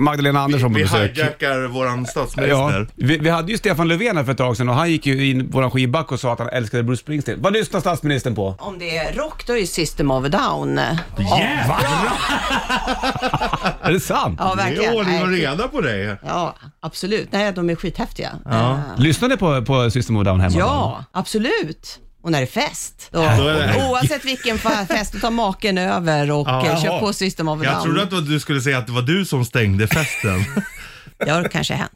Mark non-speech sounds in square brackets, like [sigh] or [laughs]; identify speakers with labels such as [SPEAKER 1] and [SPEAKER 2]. [SPEAKER 1] Magdalena Andersson på
[SPEAKER 2] Vi
[SPEAKER 1] besök.
[SPEAKER 2] hijackar våran
[SPEAKER 1] Ja,
[SPEAKER 2] statsminister.
[SPEAKER 1] vi, vi hade ju Stefan Löfven här för ett tag sedan och han gick ju in på våran skivback och sa att han älskade Bruce Springsteen. Vad lyssnar statsministern på?
[SPEAKER 3] Om det är rock, då är ju System of a Down.
[SPEAKER 2] Yeah!
[SPEAKER 1] Är det sant?
[SPEAKER 3] Ja,
[SPEAKER 2] Det är
[SPEAKER 3] verkligen.
[SPEAKER 2] ordning och
[SPEAKER 3] Nej.
[SPEAKER 2] reda på dig.
[SPEAKER 3] Ja, absolut. Nej, de är skithäftiga. Eh,
[SPEAKER 1] Lyssnar ni på, på System of a Down hemma?
[SPEAKER 3] Ja, absolut. Och när det är fest. Då,
[SPEAKER 2] då är det-
[SPEAKER 3] oavsett vilken fa- fest, då tar maken över och
[SPEAKER 2] Ja.
[SPEAKER 3] ja,
[SPEAKER 2] Jaha.
[SPEAKER 3] kör på System of a
[SPEAKER 2] Jag trodde
[SPEAKER 3] Down. [laughs]
[SPEAKER 2] att du skulle säga att det var du som stängde festen.
[SPEAKER 3] Det har kanske hänt.